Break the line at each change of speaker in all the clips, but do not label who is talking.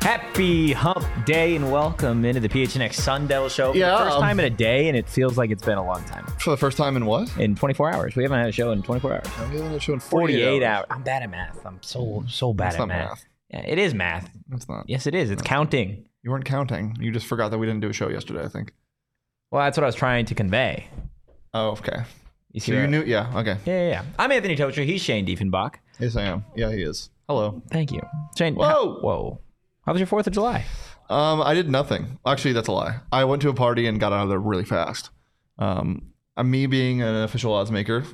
Happy Hump Day and welcome into the PHNX Sundell Show. For
Yeah,
the first
um,
time in a day, and it feels like it's been a long time.
For the first time in what?
In 24 hours, we haven't had a show in 24 hours.
We haven't had a show in
48,
48,
hours. I'm bad at math. I'm so so bad
Mm-hmm. That's
at
not
math.
math.
Yeah, it is math.
That's not.
Yes, it is. It's counting.
You weren't counting. You just forgot that we didn't do a show yesterday, I think.
Well, that's what I was trying to convey.
Oh, okay.
You see
So you
what-
knew. Yeah, okay.
Yeah, yeah, yeah. I'm Anthony Tocher. He's Shane Diefenbach.
Yes, I am. Yeah, he is. Hello.
Thank you, Shane.
Whoa.
how- whoa. How was your Fourth of July?
Um, I did nothing. Actually, that's a lie. I went to a party and got out of there really fast. Um, uh, me being an official odds maker,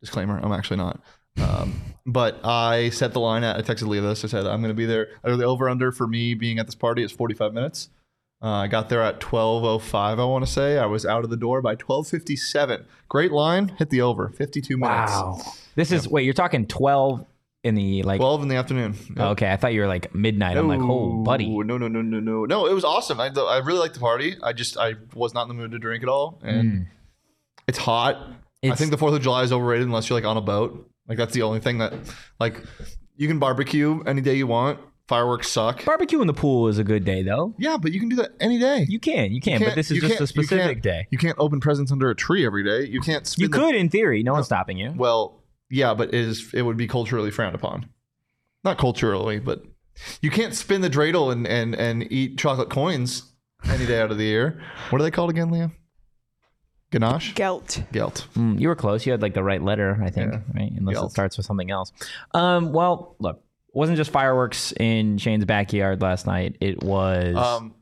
disclaimer, I'm actually not. Um, but I set the line at, I texted Leah this. I said, I'm going to be there. Uh, The over under for me being at this party is 45 minutes. Uh, I got there at 12.05, I want to say. I was out of the door by 12.57. Great line, hit the over, 52 minutes.
This is wait. You're talking 12 in the like.
12 in the afternoon. Yep.
Okay, I thought you were like midnight. I'm like, oh, buddy.
No, no, no, no, no. No, it was awesome. I, I really liked the party. I just, I was not in the mood to drink at all. And it's hot. I
Mm. It's-
think the 4th of July is overrated unless you're like on a boat. Like, that's the only thing that, like, you can barbecue any day you want. Fireworks suck.
Barbecue in the pool is a good day though.
yeah, but you can do that any day.
You can, you can, but
can't-
this is
you
just
can't-
a
you can't-
specific day.
You can't open presents under a tree every day. You can't spin
You
the-
could, in theory, no one's stopping you.
Well, yeah, but it is it would be culturally frowned upon. Not culturally, but you can't spin the dreidel and and and eat chocolate coins any day out of the year. What are they called again, Liam? Ganache?
Gelt.
Gelt.
Mm, you were close. You had like the right letter, I think, right? Unless
Yeah.
it starts with something else. Um, well, look, it wasn't just fireworks in Shane's backyard last night. It was.
Um,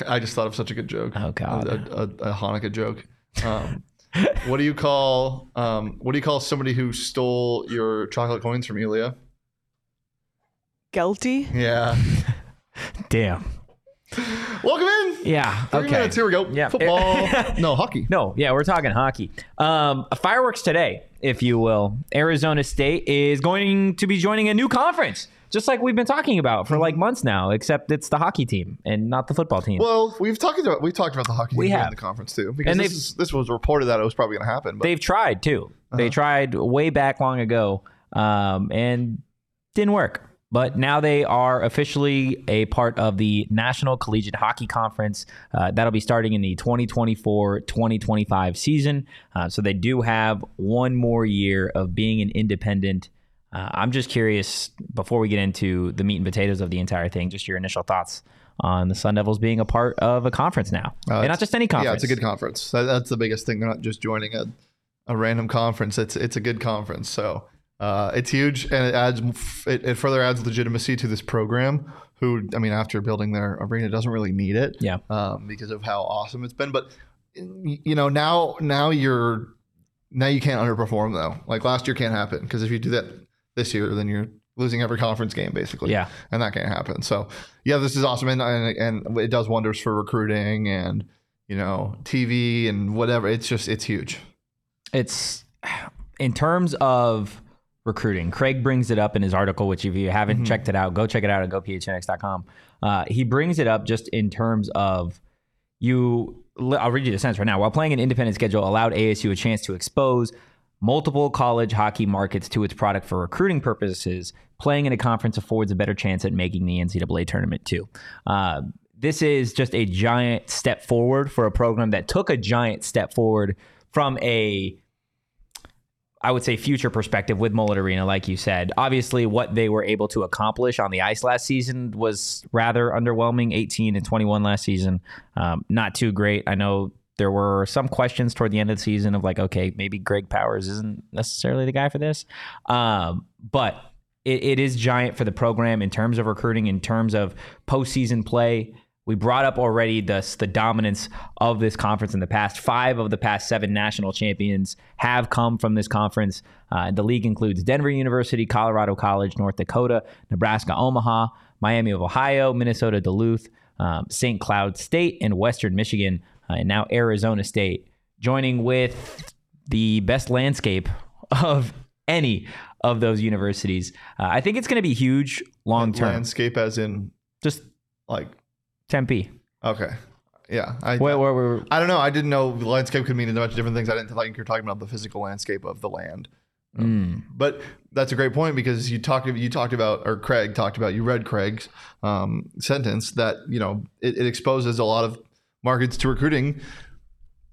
uh, I just thought of such a good joke.
Oh, God.
a, a, a Hanukkah joke. Um, what do you call um, what do you call somebody who stole your chocolate coins from Elia?
Gelty.
Yeah.
damn.
Welcome in.
Yeah.
Three
okay.
minutes. Here we go.
Yeah.
Football. no hockey.
No, yeah, we're talking hockey. Um, fireworks today, if you will. Arizona State is going to be joining a new conference, just like we've been talking about for like months now, except it's the hockey team and not the football team.
Well, we've talked about we've talked about the hockey
We
team
have.
during the conference too, because
And
this,
they've-
is, this was reported that it was probably going to happen. But Uh-huh.
They've tried too. They tried way back long ago um, and didn't work. But now they are officially a part of the National Collegiate Hockey Conference. Uh, that'll be starting in the 2024 2025 season. Uh, so they do have one more year of being an independent. Uh, I'm just curious, before we get into the meat and potatoes of the entire thing, just your initial thoughts on the Sun Devils being a part of a conference now. and not just any conference.
yeah, Uh, it's a good conference. That, that's the biggest thing. They're not just joining a, a random conference. It's it's a good conference. So uh, it's huge, and it adds it, it further adds legitimacy to this program. Who I mean, after building their arena, doesn't really need it.
Yeah.
um, because of how awesome it's been. But you know, now now you're now you can't underperform though. Like last year can't happen because if you do that this year, then you're losing every conference game basically.
Yeah.
and that can't happen. So yeah, this is awesome, and and, and it does wonders for recruiting and you know TV and whatever. It's just it's huge.
it's in terms of recruiting. Craig brings it up in his article, which if you haven't checked it out, go check it out at gophnx.com. Uh, he brings it up just in terms of you. I'll read you the sentence right now. While playing an independent schedule, allowed ASU a chance to expose multiple college hockey markets to its product for recruiting purposes. Playing in a conference affords a better chance at making the NCAA tournament too. Uh, this is just a giant step forward for a program that took a giant step forward from a I would say future perspective with Mullet Arena, like you said. Obviously, what they were able to accomplish on the ice last season was rather underwhelming. 18 and 21 last season, um, not too great. I know there were some questions toward the end of the season of like, okay, maybe Greg Powers isn't necessarily the guy for this, um, but it, it is giant for the program in terms of recruiting, in terms of postseason play. We brought up already the, the dominance of this conference in the past. Five of the past seven national champions have come from this conference. Uh, the league includes Denver University, Colorado College, North Dakota, Nebraska, Omaha, Miami of Ohio, Minnesota, Duluth, um, St. Cloud State, and Western Michigan, uh, and now Arizona State, joining with the best landscape of any of those universities. Uh, I think it's going to be huge long term.
Landscape, as in
Just
like
Tempe.
okay, yeah. I
Where, where, where,
I don't know. I didn't know landscape could mean a bunch of different things. I didn't think you're talking about the physical landscape of the land.
Mm.
But that's a great point because you talked you talked about or Craig talked about you read Craig's um, sentence that you know it, it exposes a lot of markets to recruiting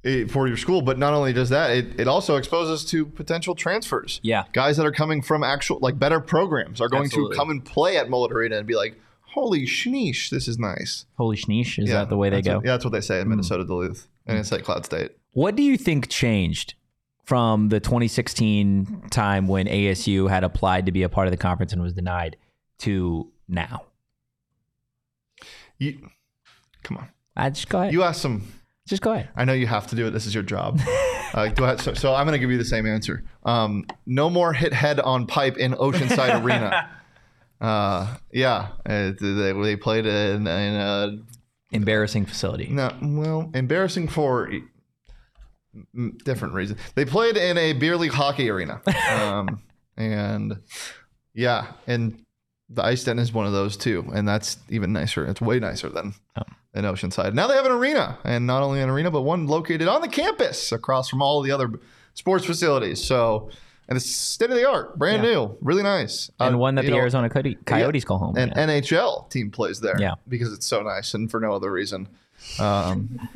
eh, for your school. But not only does that, it, it also exposes to potential transfers.
Yeah.
guys that are coming from actual like better programs are going
Absolutely.
to come and play at Mullet Arena and be like, "Holy schneesh, this is nice."
Holy schneesh. Is that the way they
that's
go? Hmm.
What, yeah, that's what they say in Minnesota Duluth and it's like Cloud State.
What do you think changed from the 2016 time when ASU had applied to be a part of the conference and was denied to now?
You, come on,
I just go ahead.
you asked some
just go ahead.
I know you have to do it. This is your job. Uh, go ahead. So, so I'm going to give you the same answer. Um, no more hit head on pipe in Oceanside Arena. Uh, yeah, uh, they, they played in, in a
Embarrassing facility.
no, well, embarrassing for e, m- different reasons. They played in a beer league hockey arena, um, and yeah, and the Ice Den is one of those too, and that's even nicer. It's way nicer than
Oh.
an Oceanside. Now they have an arena, and not only an arena, but one located on the campus across from all the other sports facilities. So. And it's state of the art, brand new, really nice.
And
Uh,
one that
you
the
know,
Arizona Coyote- Coyotes call home.
an
yeah.
NHL team plays there.
Yeah.
Because it's so nice and for no other reason. Um,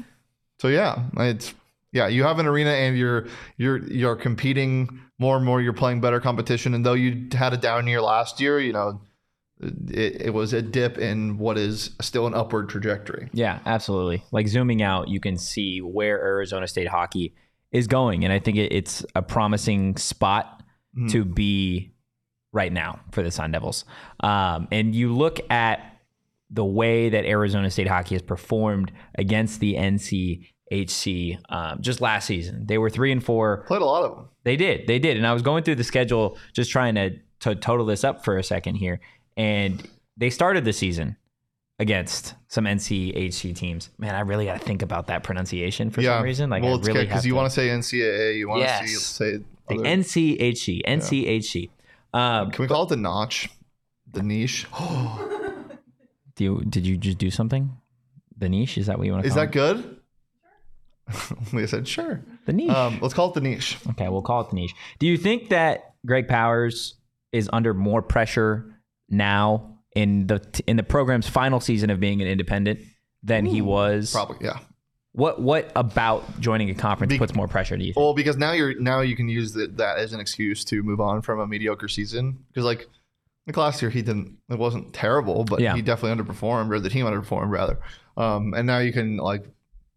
so yeah, it's yeah, you have an arena and you're you're you're competing more and more, you're playing better competition. And though you had a down year last year, you know, it, it was a dip in what is still an upward trajectory.
Yeah, absolutely. Like zooming out, you can see where Arizona State hockey is going, and I think it, it's a promising spot to be right now for the Sun Devils. Um, and you look at the way that Arizona State hockey has performed against the NCHC um, just last season. They were three and four.
Played a lot of them.
They did. They did. And I was going through the schedule just trying to, to total this up for a second here. And they started the season against some NCHC teams. Man, I really got to think about that pronunciation for some reason. Like,
well,
I really have
because you
to-
want to say NCAA, you want to
Yes.
say
the
other-
NCHC, NCHC. Um,
Can we call it the notch, the niche?
do you, did you just do something? The niche? Is that what you want to
Is
call
that good? Leah said, "Sure."
it? The niche.
Um, let's call it the niche.
Okay, we'll call it the niche. Do you think that Greg Powers is under more pressure now in the in the program's final season of being an independent than he was?
Probably, yeah.
What what about joining a conference
Be-
puts more pressure? Do you think?
Well, because now you're now you can use the, that as an excuse to move on from a mediocre season. Because like like last year, he didn't. It wasn't terrible, but
Yeah.
he definitely underperformed, or the team underperformed rather. Um, and now you can like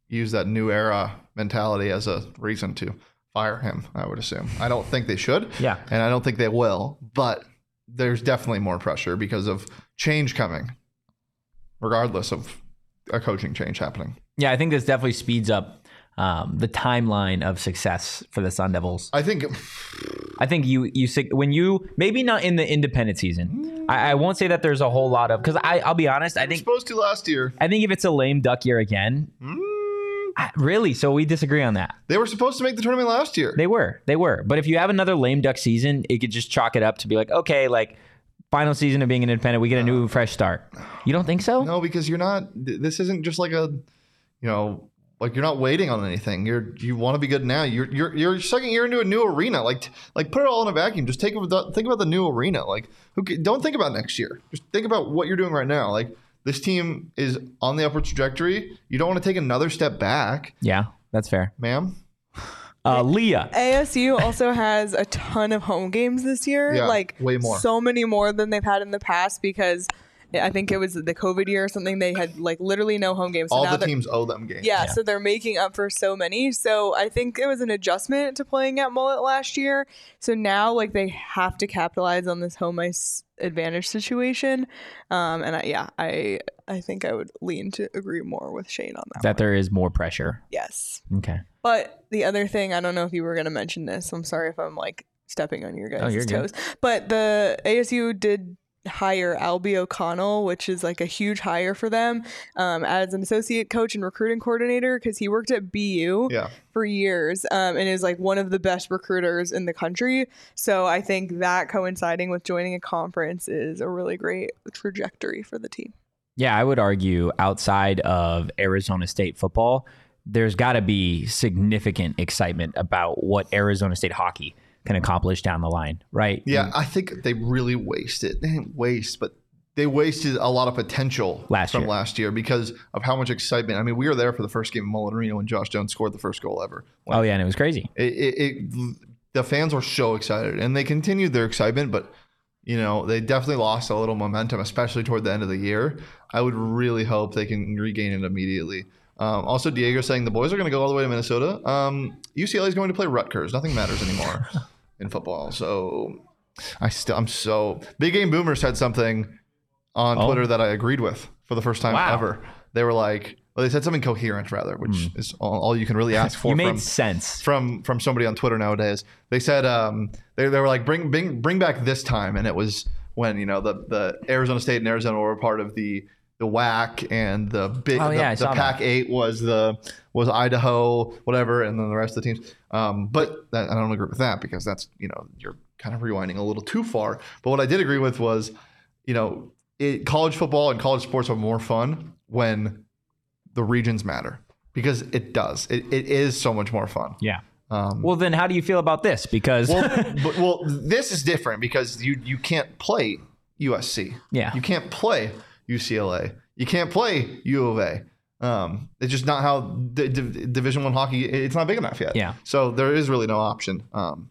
use that new era mentality as a reason to fire him. I would assume. I don't think they should.
Yeah.
and I don't think they will. But there's definitely more pressure because of change coming, regardless of a coaching change happening.
yeah, I think this definitely speeds up um, the timeline of success for the Sun Devils.
I think
I think you you sig- when you maybe not in the independent season. I, I won't say that there's a whole lot of because I I'll be honest. I
we're
think
supposed to last year.
I think if it's a lame duck year again,
Mm.
I- really. So we disagree on that.
They were supposed to make the tournament last year.
They were. They were. But if you have another lame duck season, it could just chalk it up to be like, okay, like final season of being an independent, we get a new fresh start. You don't think so?
Uh. No, because you're not. th- This isn't just like a, you know, like you're not waiting on anything. You're you want to be good now. You're you're you're second year into a new arena. Like t- like put it all in a vacuum. Just take over the, think about the new arena. Like who ca- don't think about next year. Just think about what you're doing right now. Like This team is on the upward trajectory. You don't want to take another step back,
Yeah, that's fair.
ma'am.
Uh, Leah.
ASU also has a ton of home games this year.
Yeah,
like
way more.
So many more than they've had in the past because I think it was the COVID year or something. They had like literally no home games. So
All
now
the
they're-
teams owe them games.
Yeah, so they're making up for so many. So I think it was an adjustment to playing at Mullet last year. So now like they have to capitalize on this home ice advantage situation. Um, and I, yeah, I I think I would lean to agree more with Shane on that.
That there is more pressure.
yes,
Okay.
but the other thing I don't know if you were going to mention this. I'm sorry if I'm like stepping on your guys'
you're good.
toes. But the ASU did hire Albie O'Connell, which is like a huge hire for them um, as an associate coach and recruiting coordinator because he worked at BU
Yeah.
for years um, and is like one of the best recruiters in the country. So I think that coinciding with joining a conference is a really great trajectory for the team.
Yeah, I would argue outside of Arizona State football, there's got to be significant excitement about what Arizona State hockey can accomplish down the line, right?
Yeah, I think they really wasted. They didn't waste, but they wasted a lot of potential
Last
from
year.
last year because of how much excitement. I mean, we were there for the first game of Mullen Arena when Josh Jones scored the first goal ever.
Oh yeah, and it was crazy.
It, it, it, the fans were so excited, and they continued their excitement, but you know they definitely lost a little momentum, especially toward the end of the year. I would really hope they can regain it immediately. Um, also, Diego saying the boys are going to go all the way to Minnesota. Um, UCLA is going to play Rutgers. Nothing matters anymore in football. So I still I'm so big game boomers had something on
Oh.
Twitter that I agreed with for the first time
Wow.
ever. They were like, well, they said something coherent rather, which is all, all you can really ask for.
Hmm. You made
from,
sense.
from from somebody on Twitter nowadays. They said um, they, they were like bring bring bring back this time, and it was when you know the the Arizona State and Arizona were part of the the WAC and the big
Oh,
the,
yeah, I
the
saw that.
Pac Eight was the was Idaho whatever, and then the rest of the teams. Um, but that, I don't agree with that because that's you know you're kind of rewinding a little too far. But what I did agree with was you know it, college football and college sports are more fun when the regions matter because it does it, it is so much more fun
Yeah.
um,
Well, then how do you feel about this? Because
well, but, well, this is different because you you can't play USC.
Yeah.
You can't play UCLA. You can't play U of A. Um, it's just not how D- D- Division One hockey. It's not big enough yet.
Yeah.
So there is really no option. Um,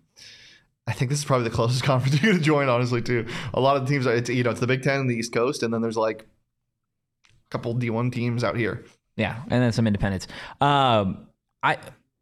I think this is probably the closest conference you're going to join, honestly. Too a lot of the teams. Are, it's you know it's the Big Ten and the East Coast, and then there's like a couple D1 teams out here.
Yeah, and then some independence. Um, I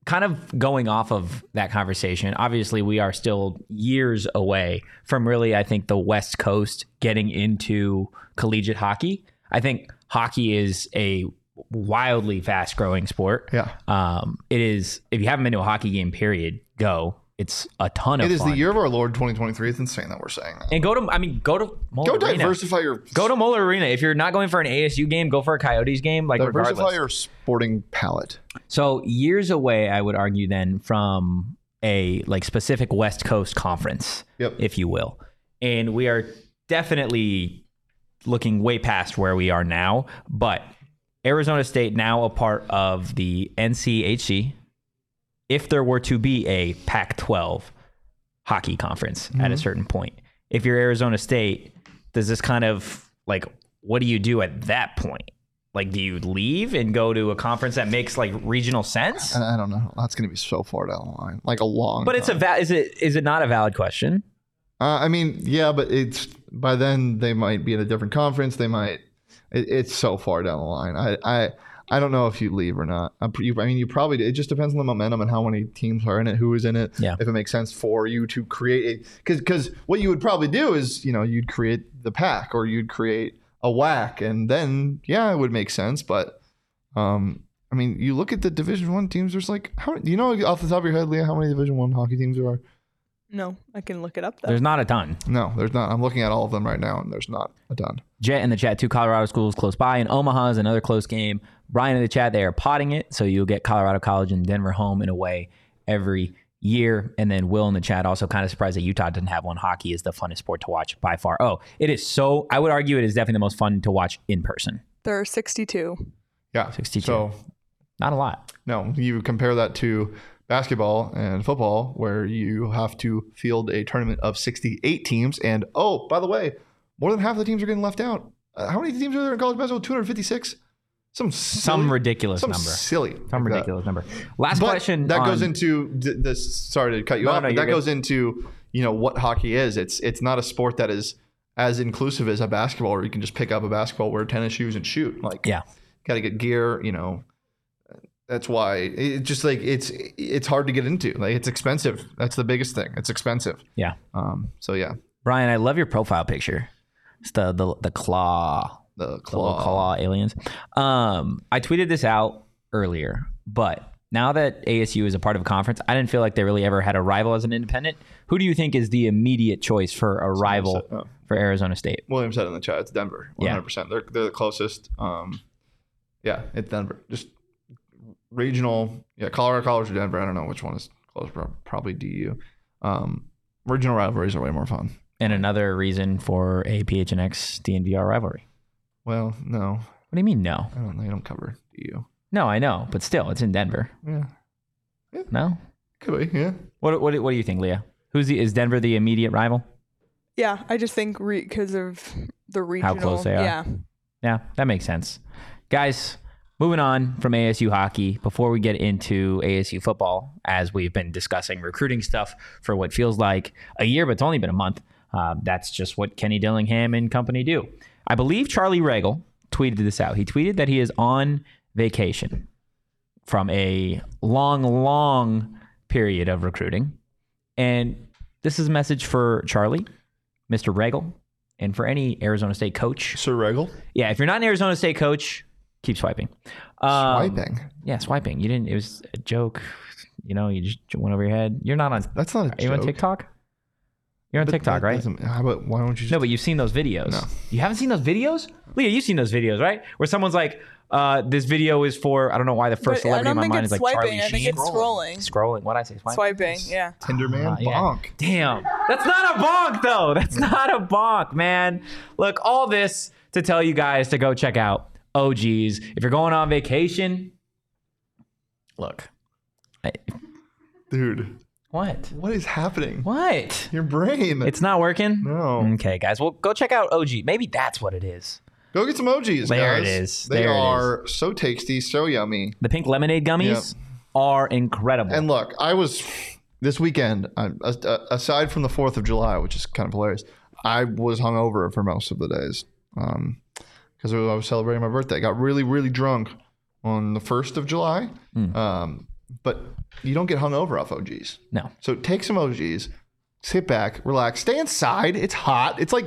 kind of going off of that conversation. Obviously, we are still years away from really, I think, the West Coast getting into collegiate hockey. I think hockey is a wildly fast-growing sport.
Yeah.
um, it is. If you haven't been to a hockey game, period, go. It's a ton of
It is
fun.
the year of our Lord 2023. It's insane that we're saying that.
And go to, I mean, go to Mullen
Go
Arena.
diversify your
Go to Moeller Arena. If you're not going for an ASU game, go for a Coyotes game. Like
diversify
regardless.
your sporting palette.
So years away, I would argue then from a like specific West Coast conference,
Yep.
if you will, and we are definitely looking way past where we are now. But Arizona State now a part of the NCHC. If there were to be a Pac-12 hockey conference at a certain point, if you're Arizona State, does this kind of like what do you do at that point? Like, do you leave and go to a conference that makes like regional sense?
And I don't know. That's going to be so far down the line, like a long.
But it's a
time.
va- is it is it not a valid question?
Uh, I mean, yeah, but it's by then they might be in a different conference. They might. It, it's so far down the line. I, I, I don't know if you leave or not. I'm pre- I mean, you probably. It just depends on the momentum and how many teams are in it, who is in it.
Yeah.
If it makes sense for you to create a, because because what you would probably do is you know you'd create the pack or you'd create a whack, and then yeah, it would make sense. But, um, I mean, you look at the Division One teams. There's like how do you know off the top of your head, Leah, how many Division One hockey teams there are?
No, I can look it up though.
There's not a ton.
No, there's not. I'm looking at all of them right now, and there's not a ton.
Jet in the chat, two Colorado schools close by, and Omaha is another close game. Brian in the chat, they are potting it, so you'll get Colorado College and Denver home and away every year. And then Will in the chat also kind of surprised that Utah didn't have one. Hockey is the funnest sport to watch by far. Oh, it is so. I would argue it is definitely the most fun to watch in person.
there are 62.
Yeah,
62.
So
Not a lot.
no, you compare that to basketball and football, where you have to field a tournament of 68 teams, and oh, by the way, more than half of the teams are getting left out. uh, how many teams are there in college basketball? 256?
Some
Some silly-
ridiculous
some
number.
silly.
Some
like that.
ridiculous number. Last
But
question.
that
on-
goes into th- this. Sorry to cut you
No,
off.
no,
but
you're
that
good.
goes into you know what hockey is. It's it's not a sport that is as inclusive as a basketball, where you can just pick up a basketball, wear tennis shoes, and shoot. Like
Yeah.
got to get gear. You know, that's why it just like it's it's hard to get into. Like it's expensive. That's the biggest thing. It's expensive.
Yeah.
Um. So yeah,
Brian, I love your profile picture. It's the the, the claw,
the
the little
claw.
claw aliens. Um, I tweeted this out earlier, but now that ASU is a part of a conference, I didn't feel like they really ever had a rival as an independent. Who do you think is the immediate choice for a rival
Oh.
for Arizona State?
William said in the chat, it's Denver.
Yeah.
100%. They're, they're the closest. Um, yeah, it's Denver. Just regional. Yeah, Colorado College or Denver. I don't know which one is close. prob- Probably DU. Um, regional rivalries are way more fun.
And another reason for a PHNX DNVR rivalry.
Well, no,
What do you mean no?
I don't. They don't cover DU.
No, I know, but still, it's in Denver.
Yeah,
No.
could be. Yeah.
What what what do you think, Leah? Who's the is Denver the immediate rival?
Yeah, I just think because of the regional.
How close they are.
Yeah,
Yeah, that makes sense. Guys, moving on from ASU hockey, before we get into ASU football, as we've been discussing recruiting stuff for what feels like a year, but it's only been a month, uh, that's just what Kenny Dillingham and company do. I believe Charlie Regal tweeted this out. He tweeted that he is on vacation from a long, long period of recruiting. And this is a message for Charlie, Mr. Regal, and for any Arizona State coach
Sir Regal.
yeah, if you're not an Arizona State coach, keep swiping. Um,
Swiping.
Yeah, swiping. You didn't. It was a joke. You know, you just went over your head. You're not on.
That's not a
Are you on
joke.
TikTok? You're on
But
TikTok,
that
right?
doesn't- How about why don't you just
No, but you've seen those videos.
No.
You haven't seen those videos, Leah. You've seen those videos, right? Where someone's like, uh, "This video is for I don't know why the first
But I
celebrity in
don't
my
think
mind is
it's
like Charlie
swiping, I think
Sheen."
it's Scrolling.
Scrolling. What I say? Swiping.
swiping. Yeah.
Tinderman
Uh, yeah.
bonk?
Damn. That's not a bonk, though. That's not a bonk, man. Look, all this to tell you guys to go check out OGs. If you're going on vacation, look. I-
Dude,
what?
what is happening?
What?
Your brain.
It's not working?
no.
Okay, guys. Well, go check out OG. Maybe that's what it is.
Go get some OGs.
There it
guys.
is.
They
There it
are so tasty, so yummy.
The pink lemonade gummies are incredible.
And look, I was this weekend. I, as- uh, aside from the Fourth of July, which is kind of hilarious, I was hungover for most of the days because I was celebrating my birthday. I got really, really drunk on the first of July.
Hmm.
Um, but you don't get hungover off OGs.
no.
So take some OGs, sit back, relax, stay inside. It's hot. It's like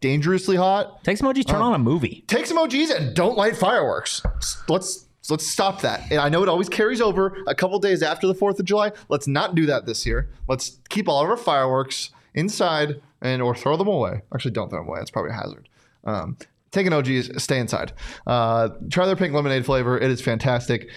dangerously hot.
Take some OGs, turn
Oh.
on a movie.
Take some OGs and don't light fireworks. Let's let's stop that. And I know it always carries over a couple days after the Fourth of July. Let's not do that this year. Let's keep all of our fireworks inside and or throw them away. Actually, don't throw them away. It's probably a hazard. Um, take an OGs, stay inside. Uh, try their pink lemonade flavor. It is fantastic.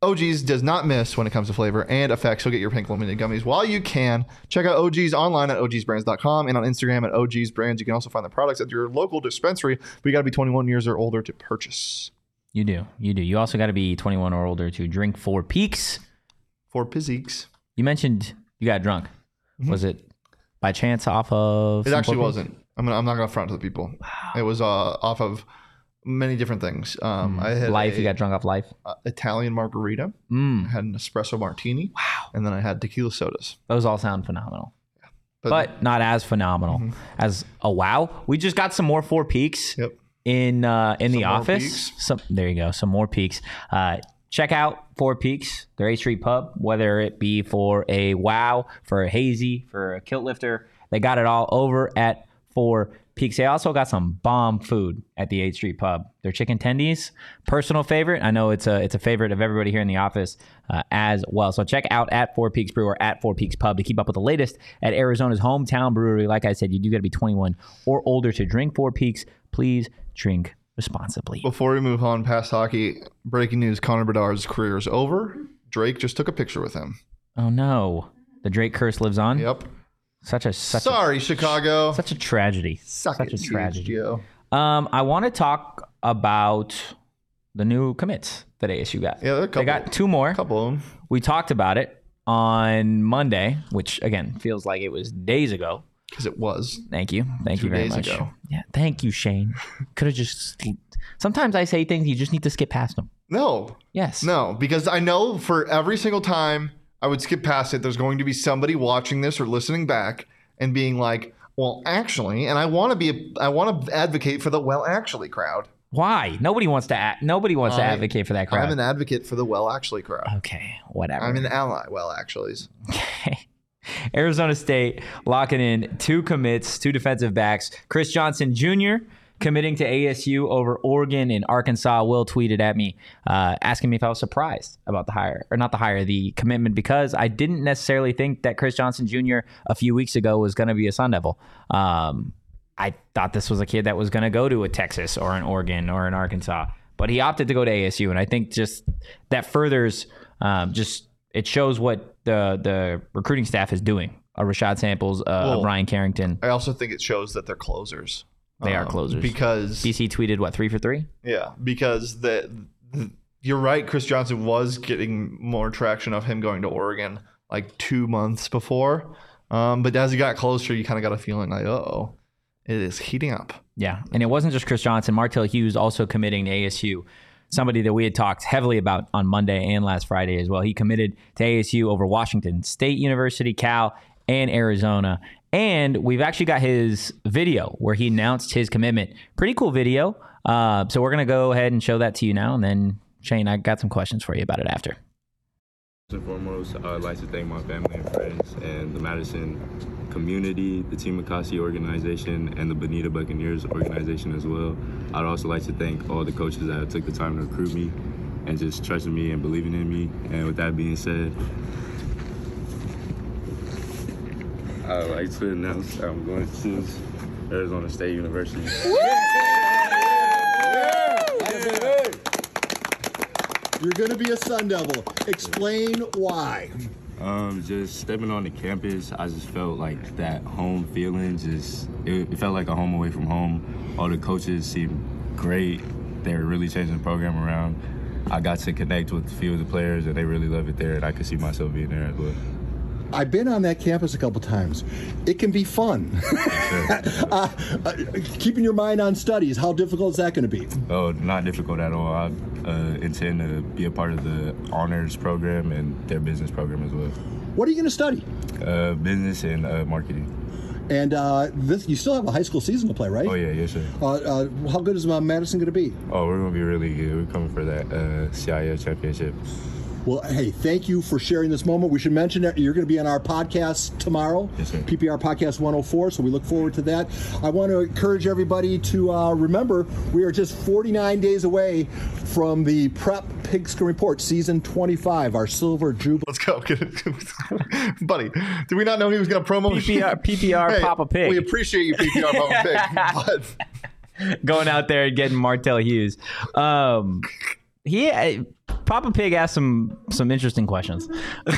OGs does not miss when it comes to flavor and effects. So get your pink lemonade gummies while you can. Check out OGs online at ogsbrands.com and on Instagram at ogsbrands. You can also find the products at your local dispensary, but you got to be 21 years or older to purchase.
You do. You do. You also got to be 21 or older to drink Four Peaks.
For physiques,
You mentioned you got drunk. Was it by chance off of?
Mm-hmm. it
Simple
actually
Peak?
wasn't. I'm gonna, I'm not gonna front to the people. It was uh, off of many different things. Um, I had
Mm-hmm. Life.
a,
You got drunk off life.
uh, Italian margarita. I
Mm,
had an espresso martini. Wow. And then I had tequila sodas.
those all sound phenomenal, but not as phenomenal as a wow. We just got some more four peaks
Mm-hmm. yep.
in uh, in the
more
office.
peaks.
Some there you go. Some more peaks. Uh, check out Four Peaks, their A Street Pub, whether it be for a wow, for a hazy, for a kilt lifter. They got it all over at Four Peaks. They also got some bomb food at the 8th Street Pub. Their chicken tendies, personal favorite. I know it's a it's a favorite of everybody here in the office uh, as well. So check out at Four Peaks Brew or at Four Peaks Pub to keep up with the latest at Arizona's hometown brewery. Like I said, you do got to be 21 or older to drink Four Peaks. Please drink responsibly.
Before we move on past hockey, breaking news: Connor Bedard's career is over. Drake just took a picture with him.
Oh no, the Drake curse lives on.
Yep.
Such a such a,
Sorry, Chicago.
such a tragedy.
Suck
such
it,
a tragedy.
CHGO.
Um, I want to talk about the new commits that ASU got.
Yeah, there are a
they got
couple.
two more.
Couple of them.
We talked about it on Monday, which again feels like it was days ago.
because it was.
Thank you. Thank
Two
you very
days
much.
ago.
Yeah. Thank you, Shane. Could have just. Sometimes I say things you just need to skip past them.
No,
Yes.
no, because I know for every single time I would skip past it, there's going to be somebody watching this or listening back and being like, "Well, actually," and I want to be, I want to advocate for the "well, actually" crowd.
Why? Nobody wants to. Act, nobody wants to
I-
advocate for that crowd.
I'm an advocate for the "well, actually" crowd.
okay. Whatever.
I'm an ally. Well, actuallys.
Arizona State locking in two commits, two defensive backs. Chris Johnson Jr. committing to ASU over Oregon and Arkansas. Will tweeted at me uh, asking me if I was surprised about the hire, or not the hire, the commitment, because I didn't necessarily think that Chris Johnson Jr. a few weeks ago was going to be a Sun Devil. Um, I thought this was a kid that was going to go to a Texas or an Oregon or an Arkansas, but he opted to go to ASU, and I think just that furthers um, just it shows what the the recruiting staff is doing. Uh, Rashad Samples, uh,
Well-
Ryan Carrington,
I also think it shows that they're closers. Um,
They are closers.
because
BC tweeted what three for three.
Yeah, because the, the- you're right. Chris Johnson was getting more traction of him going to Oregon like two months before, um, but as he got closer, you kind of got a feeling like, oh, it is heating up.
Yeah, and it wasn't just Chris Johnson. Martell Hughes also committing to ASU, somebody that we had talked heavily about on Monday and last Friday as well. He committed to ASU over Washington State University, Cal, and Arizona. And we've actually got his video where he announced his commitment. Pretty cool video. Uh, so we're gonna go ahead and show that to you now, and then Shane, I got some questions for you about it after.
First and foremost, I would like to thank my family and friends and the Madison community, the Team Akasi organization, and the Bonita Buccaneers organization as well. I'd also like to thank all the coaches that took the time to recruit me and just trusting me and believing in me. And with that being said, I'd like to announce that I'm going to Arizona State University.
You're going to be a Sun Devil. Explain why.
Um, just stepping on the campus, I just felt like that home feeling. Just it, it felt like a home away from home. All the coaches seemed great. They were really changing the program around. I got to connect with a few of the players, and they really love it there. And I could see myself being there as well.
I've been on that campus a couple times. It can be fun. uh, uh, keeping your mind on studies, how difficult is that going to be?
Oh, not difficult at all. I uh, intend to be a part of the honors program and their business program as well.
What are you going to study?
Uh, business and uh, marketing.
And uh, this, you still have a high school season to play, right?
Oh yeah, yes sir.
Uh, uh, how good is uh, Madison going to be?
Oh, we're gonna be really good. We're coming for that uh, CIS championship.
Well, hey, thank you for sharing this moment. We should mention that you're going to be on our podcast tomorrow,
Yes, sir.
PPR Podcast 104. So we look forward to that. I want to encourage everybody to uh, remember we are just 49 days away from the Prep Pigskin Report Season 25, our Silver Jubilee.
Let's go, Get it. buddy. Did we not know he was going to promo
PPR PPR Papa Pig.
We appreciate you, PPR Papa Pig, but
going out there and getting Martell Hughes. Um, he uh, Papa Pig asked some some interesting questions.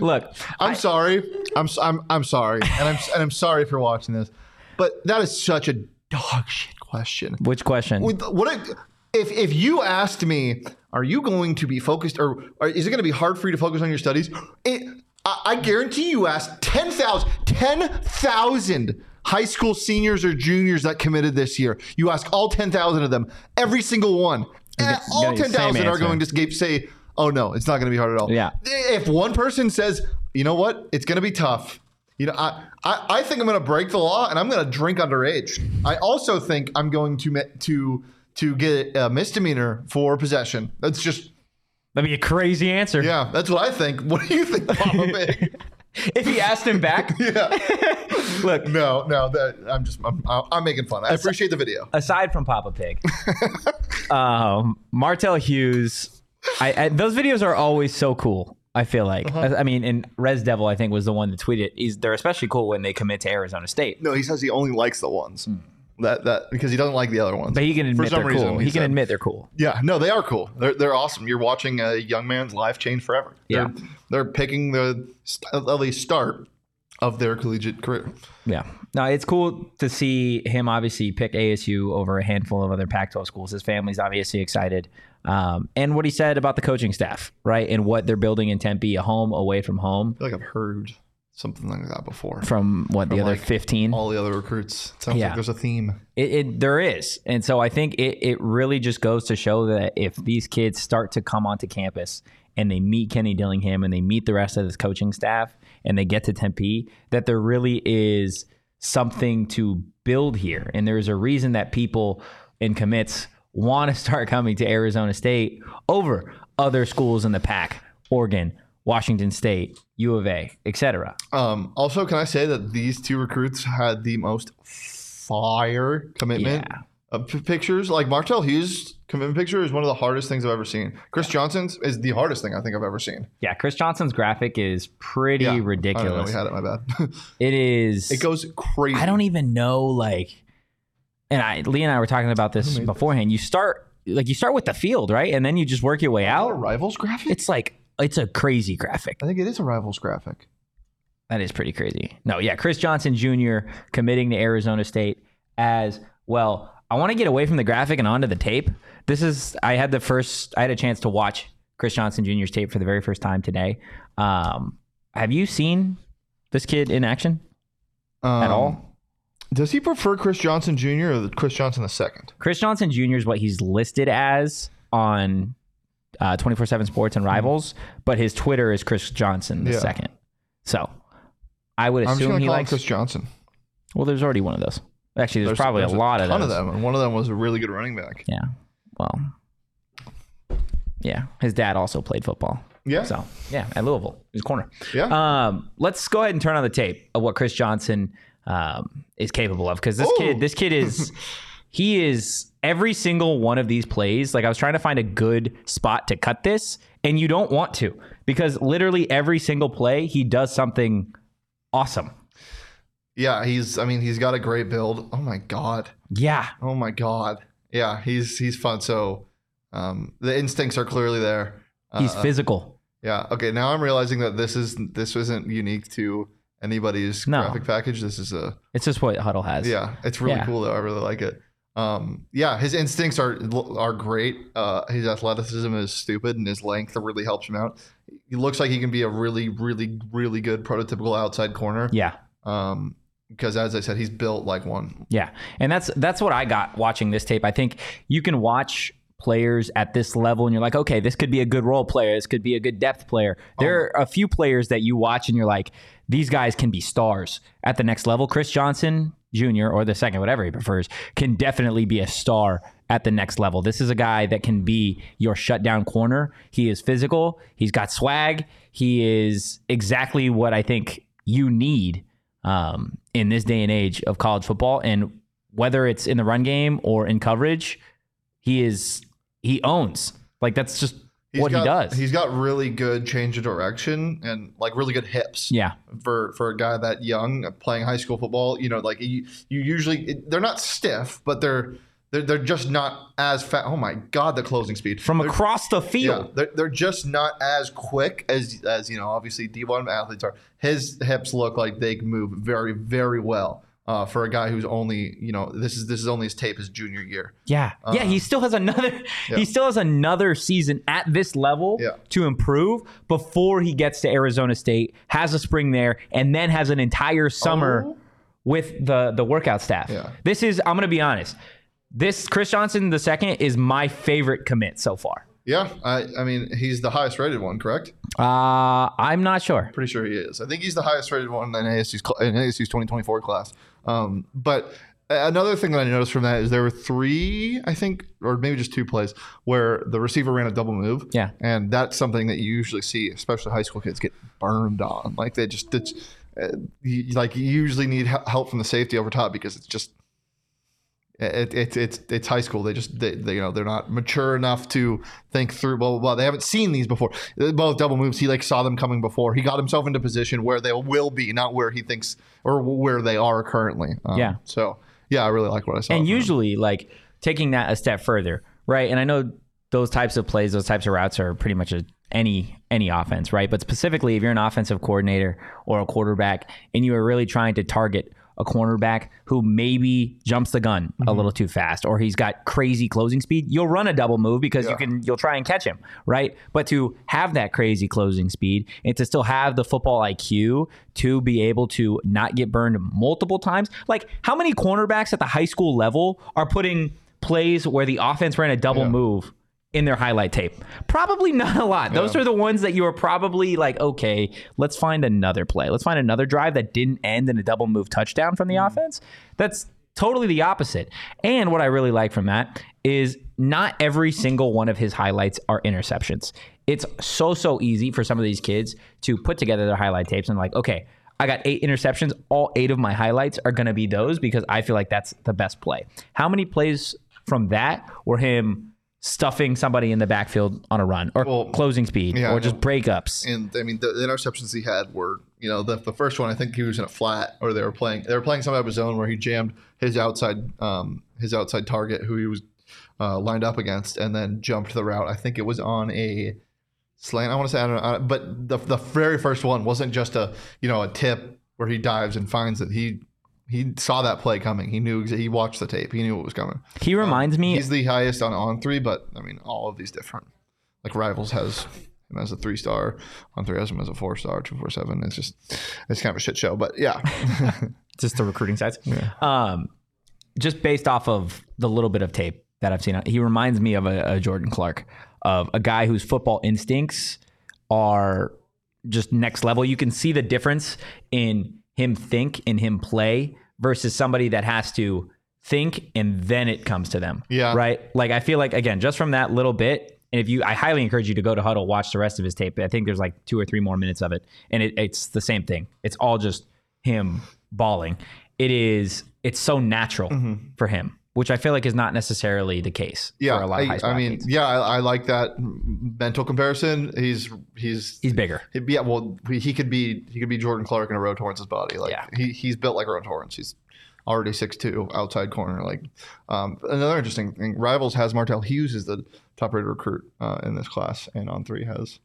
Look,
I'm sorry. I'm s- I'm I'm sorry, and I'm s- and I'm sorry if you're watching this, but that is such a dog shit question.
which question?
With what I, if if you asked me, are you going to be focused, or, or is it going to be hard for you to focus on your studies? It, I, I guarantee you asked 10,000 10,000 high school seniors or juniors that committed this year. You ask all ten thousand of them, every single one, Eh,
get-
all
get the
ten
same
thousand are
answer.
going to escape, say, "Oh no, it's not going to be hard at all."
Yeah.
If one person says, "You know what, it's going to be tough," You know, I, I, I think I'm going to break the law and I'm going to drink underage. I also think I'm going to mi- to to get a misdemeanor for possession. That's just
That'd be a crazy answer.
yeah, that's what I think. What do you think, Papa Pig?
If he asked him back, look.
no, no, that, I'm just I'm, I'm making fun. I appreciate the video.
Aside from Papa Pig, um, Martell Hughes, I, I, those videos are always so cool. I feel like,
Uh-huh.
I, I mean, and Res Devil, I think, was the one that tweeted. Is they're especially cool when they commit to Arizona State.
No, he says he only likes the ones that that because he doesn't like the other ones.
But he can admit
some
they're
reason,
cool.
he
He can
said.
admit they're cool.
Yeah, no, they are cool. They're, they're awesome. You're watching a young man's life change forever. They're,
Yeah.
they're picking the st- of the start of their collegiate career.
Yeah. No, it's cool to see him obviously pick ASU over a handful of other Pac 12 schools. His family's obviously excited. Um, and what he said about the coaching staff, right? And what they're building in Tempe, a home away from home.
I feel like I've heard something like that before.
from what the
From,
other
like,
15
all the other recruits. Sounds
Yeah.
like there's a theme.
It, it there is, and so I think it it really just goes to show that if these kids start to come onto campus and they meet Kenny Dillingham and they meet the rest of his coaching staff and they get to Tempe, that there really is something to build here, and there is a reason that people and commits want to start coming to Arizona State over other schools in the pack, Oregon, Washington State, U of A, etc.
Um, also, can I say that these two recruits had the most fire commitment
Yeah.
uh, p- pictures? Like Martell Hughes' commitment picture is one of the hardest things I've ever seen. Chris Johnson's is the hardest thing I think I've ever seen.
Yeah, Chris Johnson's graphic is pretty
Yeah. I don't know, we
ridiculous.
had it. My bad.
It is.
it goes crazy.
I don't even know like and I Lee and I were talking about this beforehand. You start like you start with the field, right? And then you just work your way
Our
out.
rivals graphic.
It's like it's a crazy graphic.
I think it is a rivals graphic.
That is pretty crazy. No, yeah, Chris Johnson Jr. committing to Arizona State as well. I want to get away from the graphic and onto the tape. This is I had the first I had a chance to watch Chris Johnson Jr.'s tape for the very first time today. Um, have you seen this kid in action
Um,
at all?
Does he prefer Chris Johnson Jr. or the Chris Johnson the second?
Chris Johnson Jr. is what he's listed as on twenty four seven Sports and Rivals, but his Twitter is Chris Johnson the
Hmm. Yeah.
second. So I would
I'm just
assume
gonna
he
call
likes.
him Chris Johnson.
well, there's already one of those. Actually, there's, probably a lot of
ton
those.
of them, and one of them was a really good running back.
Yeah. Well. Yeah, his dad also played football.
Yeah.
So yeah, at Louisville, his corner.
Yeah.
Um, let's go ahead and turn on the tape of what Chris Johnson um, is capable of because this
Oh.
kid, this kid is, he is every single one of these plays. Like I was trying to find a good spot to cut this, and you don't want to because literally every single play he does something awesome.
Yeah, he's. I mean, he's got a great build. Oh my god.
Yeah,
Oh my god. Yeah, he's he's fun. So, um, the instincts are clearly there. Uh,
he's physical.
yeah. Okay. Now I'm realizing that this is this isn't unique to anybody's
No.
graphic package. This is a
It's just what Huddle has.
yeah. It's really
Yeah.
cool though. I really like it. Um, yeah, his instincts are are great. Uh, his athleticism is stupid, and his length really helps him out. He looks like he can be a really, really, really good prototypical outside corner.
Yeah.
Um, because as I said, he's built like one.
Yeah, and that's that's what I got watching this tape. I think you can watch players at this level, and you're like, okay, this could be a good role player. This could be a good depth player. There are a few players that you watch, and you're like, these guys can be stars at the next level. Chris Johnson Jr. or the second, whatever he prefers, can definitely be a star at the next level. This is a guy that can be your shutdown corner. He is physical. He's got swag. He is exactly what I think you need um, in this day and age of college football. And whether it's in the run game or in coverage, he is he owns. Like that's just
He's
what
got,
he does.
He's got really good change of direction and like really good hips.
yeah,
For for a guy that young uh, playing high school football, you know, like you, you usually it- they're not stiff, but they're they're, they're just not as fat. Oh my god, the closing speed
from
They're-
across the
Yeah,
field.
they're, they're just not as quick as as you know. Obviously, D one athletes are. His hips look like they move very very well uh, for a guy who's only you know this is this is only his tape his junior year.
Yeah,
Uh-huh.
yeah. He still has another. He still has another season at this level
Yeah.
to improve before he gets to Arizona State. Has a spring there, and then has an entire summer with the the workout staff.
Oh. Yeah.
This is. I'm gonna be honest. This Chris Johnson the second is my favorite commit so far.
Yeah, I I mean he's the highest rated one, correct?
Uh, I'm not sure.
pretty sure he is. I think he's the highest rated one in ASU's cl- in ASU's 2024 class. Um, but a- another thing that I noticed from that is there were three, I think, or maybe just two plays where the receiver ran a double move.
Yeah.
and that's something that you usually see, especially high school kids get burned on. Like they just, it's, uh, you, you- like you usually need he- help from the safety over top because it's just. It, it, it's it's high school. They just they, they you know they're not mature enough to think through blah blah blah. They haven't seen these before. Both double moves. He like saw them coming before. He got himself into position where they will be, not where he thinks or where they are currently. Um,
Yeah.
So yeah, I really like what I saw.
And
from him.
usually, like taking that a step further, right? And I know those types of plays, those types of routes are pretty much a, any any offense, right? But specifically, if you're an offensive coordinator or a quarterback, and you are really trying to target a cornerback who maybe jumps the gun a little too fast or he's got crazy closing speed, you'll run a double move because you can you'll try and catch him, right? But to have that crazy closing speed and to still have the football IQ to be able to not get burned multiple times. Like how many cornerbacks at the high school level are putting plays where the offense ran a double move in their highlight tape? Probably not a lot. Those are the ones that you are probably like, okay, let's find another play. Let's find another drive that didn't end in a double move touchdown from the offense. That's totally the opposite. And what I really like from that is not every single one of his highlights are interceptions. It's so, so easy for some of these kids to put together their highlight tapes and, like, okay, I got eight interceptions. All eight of my highlights are going to be those because I feel like that's the best play. How many plays from that were him stuffing somebody in the backfield on a run or
Well,
closing speed
yeah,
or
I
just
know.
breakups?
And I mean, the, the interceptions he had were, you know, the, the first one. I think he was in a flat, or they were playing. They were playing some type of zone where he jammed his outside, um, his outside target, who he was uh, lined up against, and then jumped the route. I think it was on a slant. I want to say I don't know, I- but the the very first one wasn't just a you know a tip where he dives and finds it. He he saw that play coming. He knew. exa- He watched the tape. He knew what was coming.
He reminds me
Um, He's the highest on on three, but I mean, all of these different. Like Rivals has him as a three star, on three has him as a four star, two four seven. It's just it's kind of a shit show, but yeah,
just the recruiting sites. Um, just based off of the little bit of tape that I've seen, he reminds me of a, a Jordan Clark, of a guy whose football instincts are just next level. You can see the difference in him think and him play versus somebody that has to think and then it comes to them.
Yeah.
Right. Like I feel like again, just from that little bit, and if you I highly encourage you to go to Huddle, watch the rest of his tape. I think there's like two or three more minutes of it. And it, it's the same thing. It's all just him bawling. It is it's so natural for him, which I feel like is not necessarily the case
Mm-hmm. yeah.
for a lot of high
I,
school
I mean,
athletes.
yeah, I, I like that mental comparison. He's he's
He's bigger.
He'd be- yeah, well, he he could be he could be Jordan Clark in a row Torrance's body. Like
Yeah.
he, he's built like Row Torrance. He's already 6'2", outside corner. Like um, another interesting thing, Rivals has Martell Hughes is the top rated recruit uh, in this class, and on three has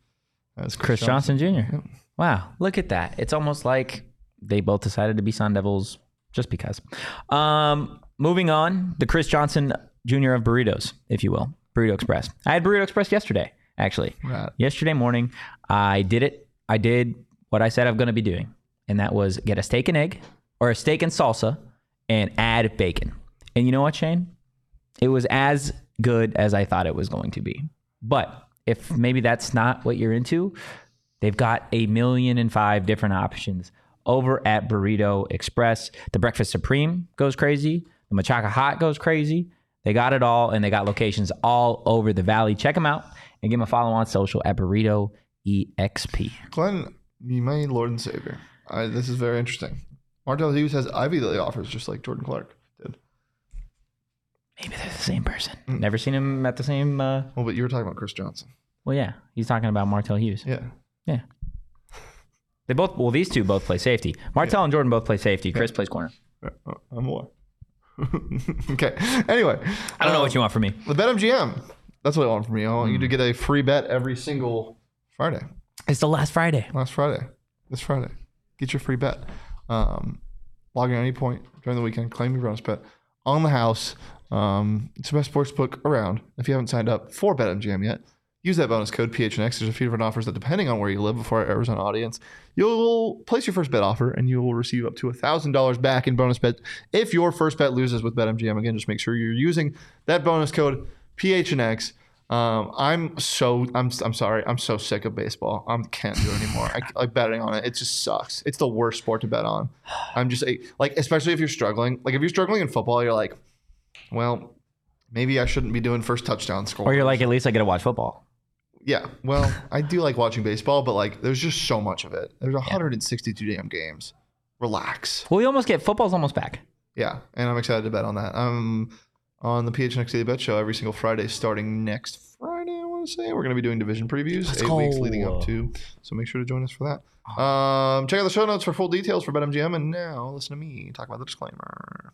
has
Chris Johnson, Jr. Wow, look at that. It's almost like they both decided to be Sun Devils just because. Um, moving on, the Chris Johnson Jr. of burritos, if you will, Burrito Express. I had Burrito Express yesterday, actually.
Right.
Yesterday morning, I did it. I did what I said I'm going to be doing, and that was get a steak and egg or a steak and salsa and add bacon. And you know what, Shane? it was as good as I thought it was going to be. But if maybe that's not what you're into, they've got a million and five different options over at Burrito Express. The Breakfast Supreme goes crazy, the Machaca Hot goes crazy. They got it all, and they got locations all over the valley. Check them out and give them a follow on social at Burrito E EXP.
Glenn, you my Lord and Savior. I, this is very interesting. Martell Hughes has Ivy League offers, just like Jordan Clark did.
Maybe they're the same person. Never seen him at the same. Uh,
Well, Oh, but you were talking about Chris Johnson.
well, yeah, he's talking about Martell Hughes.
Yeah.
Yeah. They both well, these two both play safety. Martell and Jordan both play safety. Chris plays corner.
Uh, I'm more. okay. Anyway,
I don't know
Um,
what you want from me.
The BetMGM. That's what I want from you. I want you to get a free bet every single Friday.
It's the last Friday.
Last Friday. This Friday. Get your free bet. Um, log in at any point during the weekend. Claim your bonus bet on the house. Um, it's the best sports book around. If you haven't signed up for BetMGM yet, use that bonus code PHNX. There's a few different offers that, depending on where you live, before our Arizona audience, you'll place your first bet offer and you will receive up to $1,000 back in bonus bet if your first bet loses with BetMGM. Again, just make sure you're using that bonus code PHNX. Um, I'm so I'm I'm sorry. I'm so sick of baseball. I can't do it anymore. I like betting on it. It just sucks. It's the worst sport to bet on. I'm just a- like, especially if you're struggling. Like if you're struggling in football, you're like, well, maybe I shouldn't be doing first touchdown score.
Or you're like, at least I get to watch football.
yeah. Well, I do like watching baseball, but like, there's just so much of it. There's 162 damn games. Relax.
Well, we almost get football's almost back.
Yeah, and I'm excited to bet on that. I'm on the PHNX Daily Bet Show every single Friday starting next Friday, I want to say. We're going to be doing division previews, eight weeks leading up
go.
to. So make sure to join us for that. Um, check out the show notes for full details for BetMGM. And now listen to me talk about the disclaimer.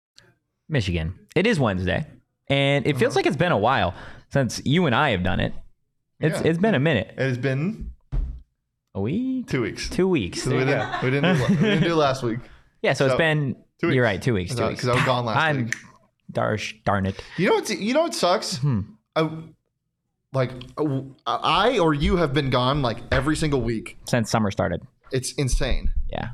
Michigan. It is Wednesday, and it
Uh-huh.
feels like it's been a while since you and I have done it. It's
Yeah.
it's been a minute.
It has been
A week,
two weeks.
two weeks.
So we,
There you go.
didn't, we, didn't do, we didn't do last week
Yeah, so, it's
So,
been.
two weeks.
You're right. Two weeks. Two weeks.
because I was gone last
I'm
week.
darsh darn it.
You know what's you know what sucks?
Hmm.
I, like uh, I or you have been gone like every single week.
Since summer started.
It's insane.
Yeah,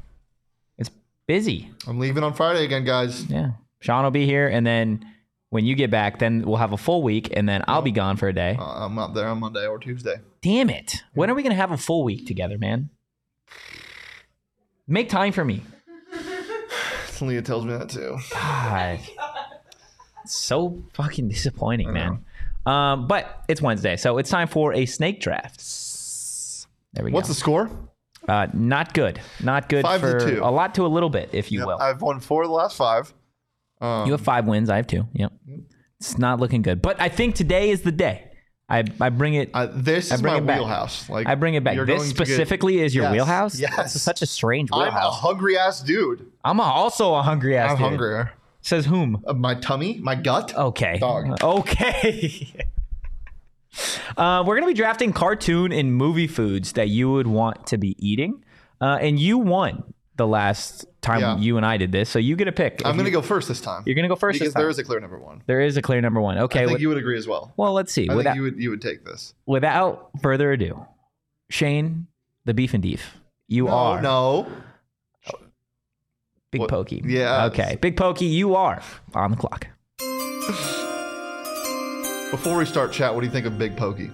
it's busy.
I'm leaving on Friday again, guys.
Yeah, Sean will be here, and then when you get back, then we'll have a full week, and then I'll be gone for a day.
Uh, I'm not there on Monday or Tuesday.
Damn it! When are we gonna have a full week together, man? Make time for me.
Leah tells me that too.
God. so fucking disappointing, man. Um, but it's Wednesday, so it's time for a snake draft. There we
What's the
go.
score?
uh, not good. Not good
Five
for
to two.
a lot to a little bit, if you will.
I've won four of the last five.
you have five wins. I have two. Yep. It's not looking good. But I think today is the day. I, I bring it.
I, this
I
is
bring
my
it back.
wheelhouse. Like
I bring it back.
you're
This
going to get-
specifically is your
Yes.
wheelhouse.
Yes.
That's such a strange
I'm a
wheelhouse.
hungry ass dude.
I'm, a, also a hungry ass.
I'm
dude.
hungrier.
Says whom?
Uh, my tummy, my gut.
Okay.
Dog.
Okay. uh, we're gonna be drafting cartoon and movie foods that you would want to be eating, uh, and you won the last time
Yeah.
you and I did this, so you get a pick.
I'm
If
gonna
you-
go first this time
You're gonna go first.
because
this time.
there is a clear number one.
there is a clear number one.
I
Okay.
think
with-
you would agree as well.
well, let's see.
I
Without,
think you would you would take this.
without further ado, Shane, the beef and deef, you
No,
are
no.
big
What-
pokey.
Yes.
Okay, big pokey, you are on the clock.
Before we start chat, what do you think of Big Pokey?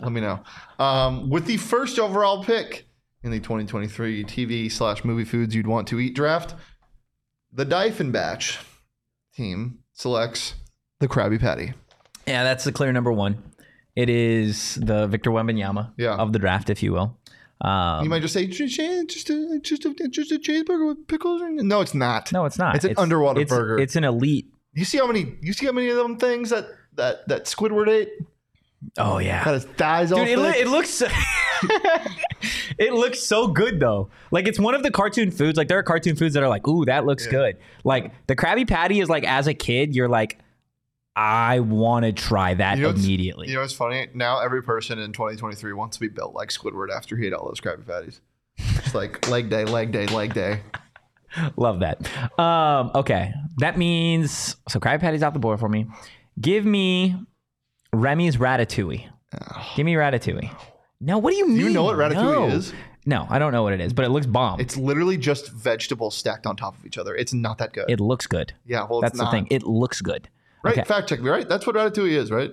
Let me know. Um, with the first overall pick in the 2023 TV slash movie foods you'd want to eat draft, the Diefenbach team selects the Krabby Patty.
Yeah, that's the clear number one. It is the Victor Wembanyama
Yeah.
of the draft, if you will. Um,
You might just say just a just a just a, just a cheeseburger with pickles. and-" No, it's not.
no, it's not.
It's an underwater
it's-
burger.
It's an elite.
You see how many you see how many of them things that that that Squidward ate
Oh yeah,
had his thighs all
dude, it,
thick?
loo- it looks. so- it looks so good though. Like it's one of the cartoon foods. Like there are cartoon foods that are like, ooh, that looks good. Like the Krabby Patty is like, as a kid, you're like, I want to try that
You know what's-
immediately.
You know what's funny? Now every person in 2023 wants to be built like Squidward after he ate all those Krabby Patties. It's like leg day, leg day, leg day.
Love that. Um, okay. That means so Krabby Patty's off the board for me. Give me Remy's Ratatouille. Give me Ratatouille. No, what do you mean?
you know what
No.
ratatouille is?
No, I don't know what it is, but it looks bomb.
It's literally just vegetables stacked on top of each other. It's not that good.
it looks good.
yeah, well,
That's
it's
the
not.
thing. It looks good.
Right?
Okay.
Fact check me. Right? That's what ratatouille is, right?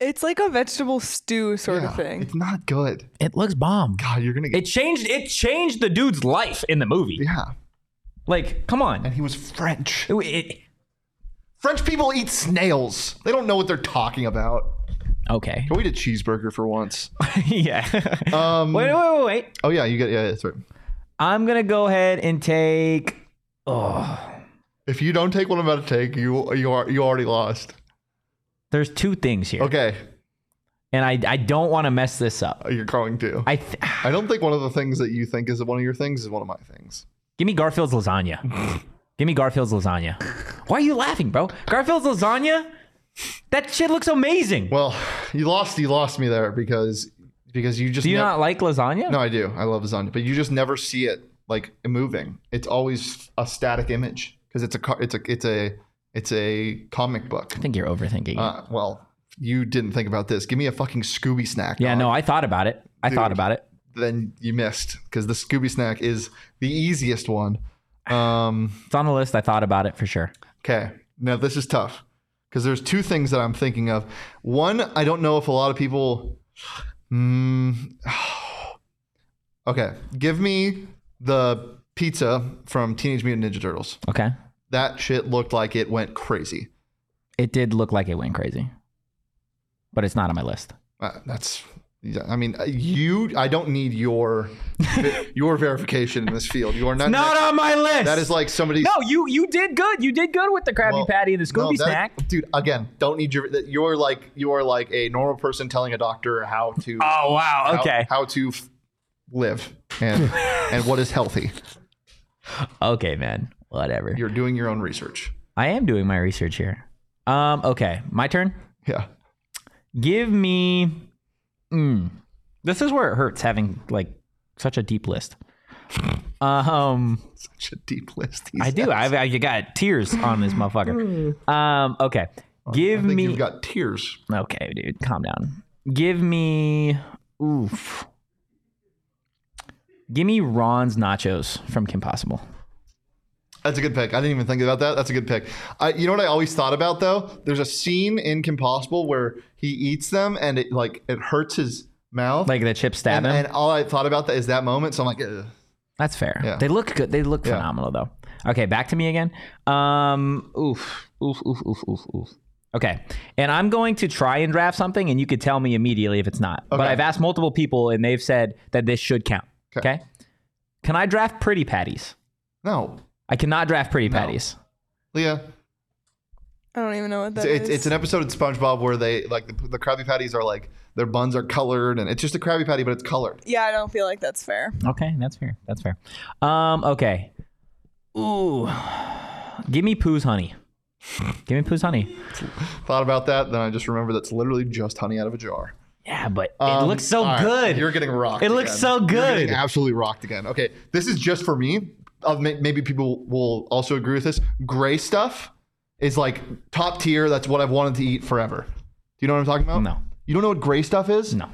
It's like a vegetable stew sort
Yeah.
of thing.
It's not good.
It looks bomb.
God, you're gonna get.
It changed it changed the dude's life in the movie.
yeah,
Like, come on.
and he was French.
It- it-
French people eat snails. They don't know what they're talking about.
okay.
Can we eat a cheeseburger for once?
yeah.
Um,
wait, wait, wait, wait.
oh yeah, you get yeah, that's right.
I'm gonna go ahead and take oh.
If you don't take what I'm about to take, you you are you already lost.
there's two things here.
Okay, uh,
and I, I don't want to mess this up.
you're going to.
I th-
I don't think one of the things that you think is one of your things is one of my things.
give me Garfield's lasagna. give me Garfield's lasagna. Why are you laughing, bro? Garfield's lasagna. That shit looks amazing.
Well, you lost you lost me there because because you just
Do you
nev-
not like lasagna?
No, I do. I love lasagna, but you just never see it like moving. It's always a static image because it's a co- it's a it's a it's a comic book.
I think you're overthinking. it.
Uh, well, you didn't think about this. Give me a fucking Scooby snack.
yeah,
dog.
no, I thought about it. I thought about it.
Then you missed because the Scooby snack is the easiest one. Um
It's on the list. I thought about it for sure.
Okay. Now this is tough because there's two things that I'm thinking of. One, I don't know if a lot of people. Mm, okay, give me the pizza from Teenage Mutant Ninja Turtles.
Okay.
That shit looked like it went crazy.
It did look like it went crazy, but it's not on my list.
Uh, that's. yeah, I mean, uh, you. I don't need your your verification in this field. You are not.
Not on my list.
that is like somebody.
no. You you did good. You did good with the Krabby
Well,
Patty and the Scooby
that-
Snack.
dude. Again, don't need your. That you're like you are like a normal person telling a doctor how to.
Oh wow.
how-
Okay.
How, to f- live and and what is healthy.
okay, man. Whatever.
You're doing your own research.
I am doing my research here. Um. Okay. My turn.
Yeah.
Give me. Mm. this is where it hurts having like such a deep list. Um,
Such a deep list. he
I
says.
do. I've, I you got tears on this motherfucker. Um, okay, give
Hmm. I think
me.
you've got tears.
okay, dude, calm down. Give me. Oof. Give me Ron's nachos from Kim Possible.
That's a good pick. I didn't even think about that. That's a good pick. I, you know what I always thought about though? There's a scene in Kim Possible where he eats them and it like it hurts his mouth.
Like the chip stab
and,
him.
and all I thought about that is that moment. So I'm like, Ugh.
That's fair.
Yeah.
They look good. They look
Yeah.
phenomenal though. Okay, back to me again. Um, oof, oof, oof, oof, oof, oof. Okay, and I'm going to try and draft something, and you could tell me immediately if it's not. But
Okay.
I've asked multiple people, and they've said that this should count. Okay. Can I draft pretty patties?
no,
I cannot draft pretty patties.
Leah.
I don't even know what
It's,
that is.
it's, it's an episode of SpongeBob where they like the, the Krabby Patties are like their buns are colored and it's just a Krabby Patty, but it's colored.
yeah, I don't feel like that's fair.
Okay, that's fair. That's fair. Um, okay. Ooh, give me poo's honey. give me poo's honey.
Thought about that, then I just remember that's literally just honey out of a jar.
Yeah, but it
Um,
looks so
all right,
good.
You're getting rocked.
It looks
again.
so
You're getting
good.
absolutely rocked again. Okay, this is just for me. Uh, may- maybe people will also agree with this. Gray stuff is like top tier. That's what I've wanted to eat forever. Do you know what I'm talking about?
No.
You don't know what gray stuff is?
no,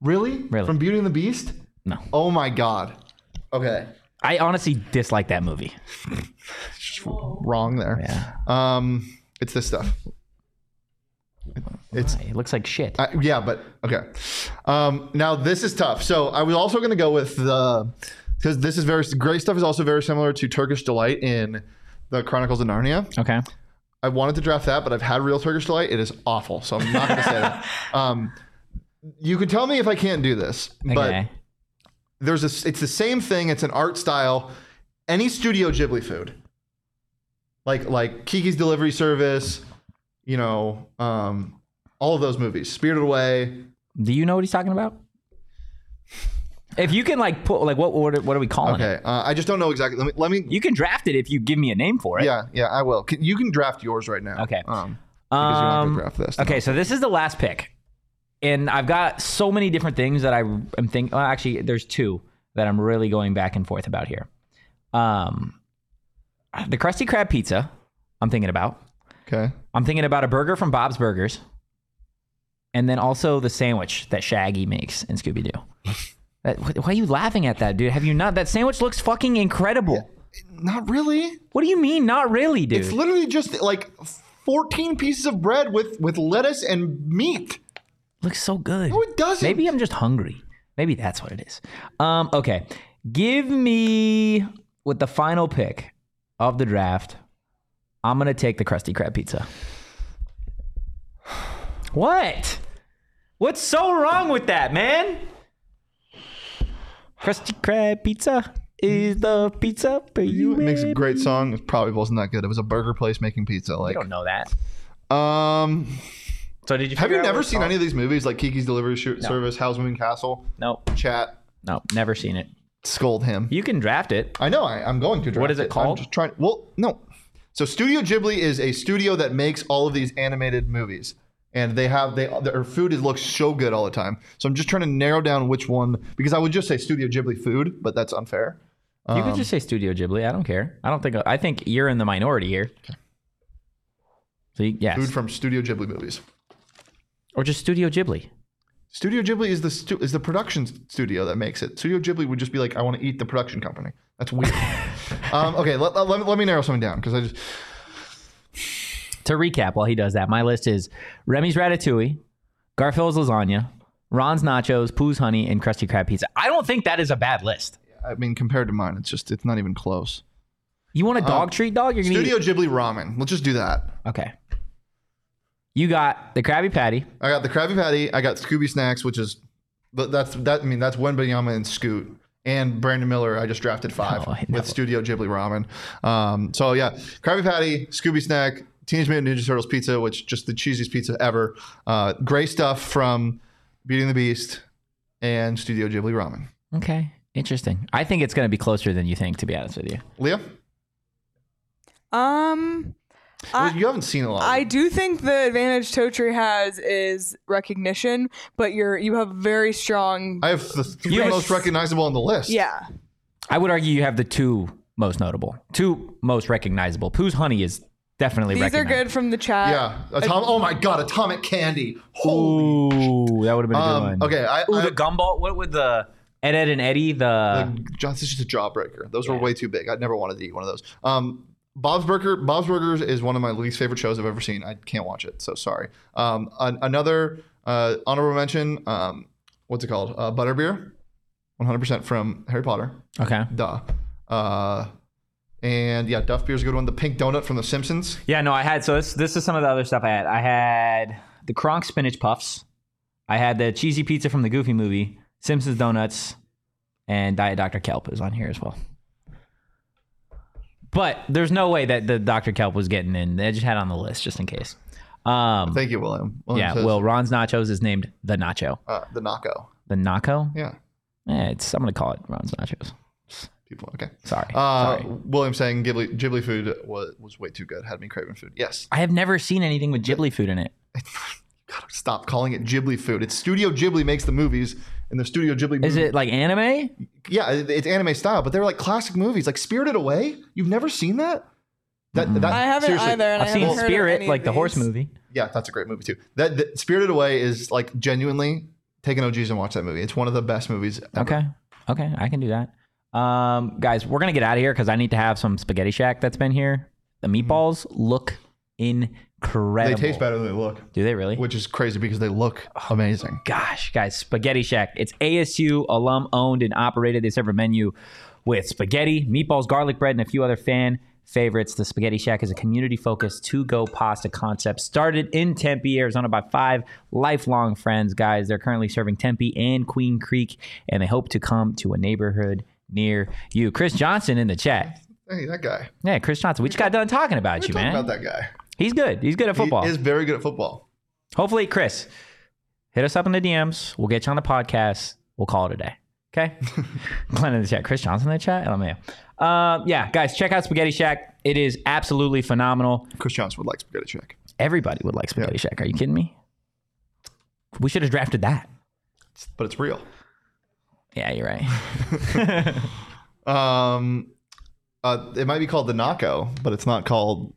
Really?
Really.
From Beauty and the Beast?
No.
Oh my god. Okay.
I honestly dislike that movie.
Wrong there. Yeah. Um, it's this stuff. It's
It looks like shit.
I, yeah, but okay. Um, now this is tough. So I was also going to go with the because this is very great stuff is also very similar to Turkish delight in the Chronicles of Narnia.
okay.
I wanted to draft that, but I've had real Turkish delight. It is awful, so I'm not going to say that. Um, you can tell me if I can't do this, but
okay.
there's a it's the same thing. It's an art style. Any Studio Ghibli food, like like Kiki's Delivery Service, you know, um, all of those movies, Spirited Away.
Do you know what he's talking about? If you can like put like what what are, what are we calling it?
Okay, uh, I just don't know exactly. Let me. Let me.
You can draft it if you give me a name for it.
yeah, yeah, I will. Can, you can draft yours right now.
Okay.
Um, because you're not
Um,
gonna draft this.
okay. So this is the last pick, and I've got so many different things that I am thinking. Well, actually, there's two that I'm really going back and forth about here. Um, the Krusty Krab pizza. I'm thinking about.
Okay.
I'm thinking about a burger from Bob's Burgers, and then also the sandwich that Shaggy makes in Scooby Doo. That, wh- why are you laughing at that, dude? Have you not? That sandwich looks fucking incredible.
Not really.
What do you mean, not really, dude?
It's literally just like 14 pieces of bread with with lettuce and meat.
looks so good.
No, it doesn't.
Maybe I'm just hungry. Maybe that's what it is. Um, okay, give me with the final pick of the draft. I'm gonna take the Krusty Krab pizza. What? What's so wrong with that, man? Krusty Krab pizza is the pizza for you.
It makes a great song. It probably wasn't that good. It was a burger place making pizza.
I
Like,
don't know that.
um,
So did you?
have you never seen any of these movies like Kiki's Delivery Sh- Service, Howl's Moving Castle?
Nope,
Chat,
nope, never seen it.
scold him.
You can draft it.
I know. I, I'm going to draft.
What is it called?
I'm just trying. Well, no. So Studio Ghibli is a studio that makes all of these animated movies, and they have they their food is, looks so good all the time. So I'm just trying to narrow down which one because I would just say Studio Ghibli food, but that's unfair.
You
Um,
could just say Studio Ghibli. I don't care. I don't think. I think you're in the minority here. So you, yes,
Food from Studio Ghibli movies.
or just Studio Ghibli.
Studio Ghibli is the stu- is the production studio that makes it. Studio Ghibli would just be like, I want to eat the production company. That's weird. um, okay, let, let, let me, let me narrow something down because I just
To recap, while he does that, my list is Remy's Ratatouille, Garfield's lasagna, Ron's nachos, Pooh's honey, and Krusty Krab pizza. I don't think that is a bad list.
I mean compared to mine, it's just it's not even close.
You want a dog treat, dog? You're gonna
Um, Studio
eat.
Ghibli ramen. Let's just do that.
Okay. You got the Krabby Patty.
I got the Krabby Patty. I got Scooby Snacks, which is, but that's that. I mean, that's Wenbanyama and Scoot and Brandon Miller. I just drafted five
Oh, I know.
with Studio Ghibli Ramen. Um, so yeah, Krabby Patty, Scooby Snack, Teenage Mutant Ninja Turtles pizza, which just the cheesiest pizza ever. Uh, great stuff from Beauty and the Beast and Studio Ghibli Ramen.
Okay. Interesting. I think it's going to be closer than you think, to be honest with you.
Leah,
Um,
well,
I,
you haven't seen a lot. of
I
it.
do think the advantage Totri has is recognition, but you're you have very strong.
I have the three
Yes.
most recognizable on the list.
yeah,
I would argue you have the two most notable, two most recognizable. Pooh's Honey is definitely
these are
recognized.
good from the chat.
Yeah. Atom- oh my God, Atomic Candy. Holy.
Ooh, that would have been a good
Um,
one.
okay. I,
Ooh,
I,
the gumball. What would the Ed, Ed, and Eddie? The
Like, John, this is just a jawbreaker. Those were way too big. I never wanted to eat one of those. Um, Bob's Burger, Bob's Burgers is one of my least favorite shows I've ever seen. I can't watch it, so sorry. Um, an- another uh, honorable mention. Um, what's it called? Uh, Butterbeer, one hundred percent from Harry Potter.
okay.
Duh. Uh, and yeah, Duff Beer's a good one. The Pink Donut from The Simpsons.
Yeah, no, I had. So this this is some of the other stuff I had. I had the Kronk spinach puffs. I had the cheesy pizza from the Goofy movie, Simpsons donuts, and Diet Dr Kelp is on here as well. But there's no way that the Dr Kelp was getting in. I just had it on the list just in case. Um,
Thank you, William. William
yeah,
says,
well, Ron's Nachos is named the Nacho.
uh, the Naco.
The Nacho?
Yeah,
Eh, it's, I'm gonna call it Ron's Nachos.
people. Okay.
Sorry.
Uh,
Sorry.
William saying Ghibli, Ghibli food was, was way too good. Had me craving food. Yes.
I have never seen anything with Ghibli food in it.
God, stop calling it Ghibli food. It's Studio Ghibli makes the movies, and the Studio Ghibli.
Is it like anime?
Yeah, it- it's anime style, but they're like classic movies, like Spirited Away. You've never seen that? That,
Mm-hmm.
that
I haven't
seriously,
either. And
I've
I
seen
haven't heard of
Spirit,
any
like
of
the horse
these.
movie.
Yeah, that's a great movie too. That, that Spirited Away is like genuinely take an OGs and watch that movie. It's one of the best movies. Ever.
Okay. Okay. I can do that. Um, guys, we're going to get out of here because I need to have some Spaghetti Shack that's been here. The meatballs look
they
incredible.
taste better than they look,
Do they really?
which is crazy because they look amazing.
Gosh, guys, Spaghetti Shack. It's ASU alum owned and operated. They serve a menu with spaghetti, meatballs, garlic bread, and a few other fan favorites. The Spaghetti Shack is a community focused to go pasta concept started in Tempe, Arizona by five lifelong friends, guys. They're currently serving Tempe and Queen Creek, and they hope to come to a neighborhood near you. Chris Johnson in the chat.
Hey, that guy.
Yeah, Chris Johnson. We just got done talking about you,
Talk
man.
about that guy.
He's good. He's good at football.
He is very good at football.
Hopefully, Chris, hit us up in the DMs. We'll get you on the podcast. We'll call it a day. Okay. Glenn in the chat. Chris Johnson in the chat. LMAO. Um, yeah, guys, check out Spaghetti Shack. It is absolutely phenomenal.
Chris Johnson would like spaghetti check.
Everybody would like Spaghetti Shack. Are you kidding me? We should have drafted that.
but it's real.
Yeah, you're right.
Um, uh, it might be called the Naco, but it's not called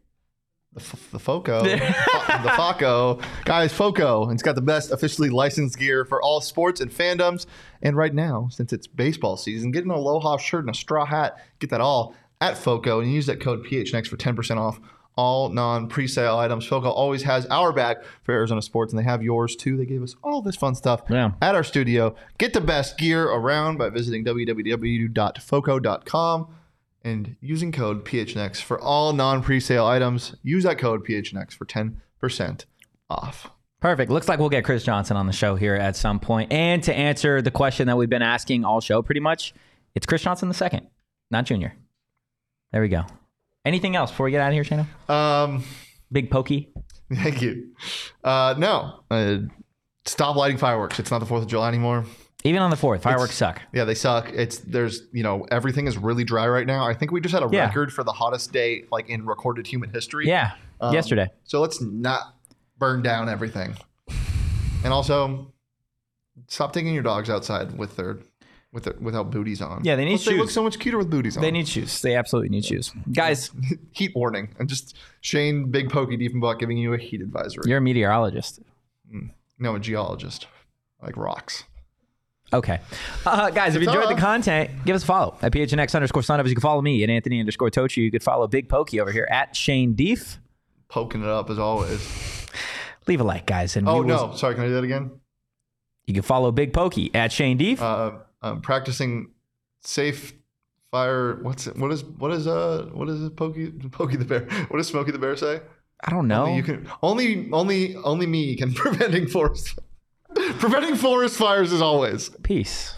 the, f- the Foco. Fo- the Foco. Guys, Foco. It's got the best officially licensed gear for all sports and fandoms. And right now, since it's baseball season, get an Aloha shirt and a straw hat. Get that all at Foco and use that code PHNX for 10% off all non pre sale items. Foco always has our back for Arizona sports, and they have yours too. They gave us all this fun stuff
Yeah.
at our studio. Get the best gear around by visiting www.foco.com and using code PHNX for all non pre sale items. Use that code PHNX for 10% off.
Perfect. Looks like we'll get Chris Johnson on the show here at some point. And to answer the question that we've been asking all show, pretty much, it's Chris Johnson the second, not Junior. There we go. Anything else before we get out of here, Shana?
Um,
Big pokey.
thank you. Uh, no, uh, stop lighting fireworks. It's not the 4th of July anymore.
Even on the fourth, fireworks suck.
Yeah, they suck. It's there's you know everything is really dry right now. I think we just had a
Yeah.
record for the hottest day like in recorded human history.
Yeah.
Um,
Yesterday.
So let's not burn down everything. And also, stop taking your dogs outside with their, with their without booties on.
Yeah, they need
Plus, They look
shoes.
so much cuter with booties on.
They need shoes. They absolutely need shoes. Guys,
heat warning. And just Shane Big Pokey Diefenbach giving you a heat advisory.
you're a meteorologist.
no, a geologist. I Like rocks.
Okay. Uh, guys, if you enjoyed the content, give us a follow at PHNX underscore son of You can follow me at Anthony underscore Tochi. You could follow Big Pokey over here at Shane Deef.
Poking it up as always.
Leave a like, guys. And
Oh
we will-
no, sorry. Can I do that again?
You can follow Big Pokey at Shane Deef.
Uh, um, practicing safe fire. What's it? What is what is uh what is it? Pokey Pokey the bear. What does Smokey the bear say?
I don't know.
You can only only only me can preventing forest preventing forest fires as always.
Peace.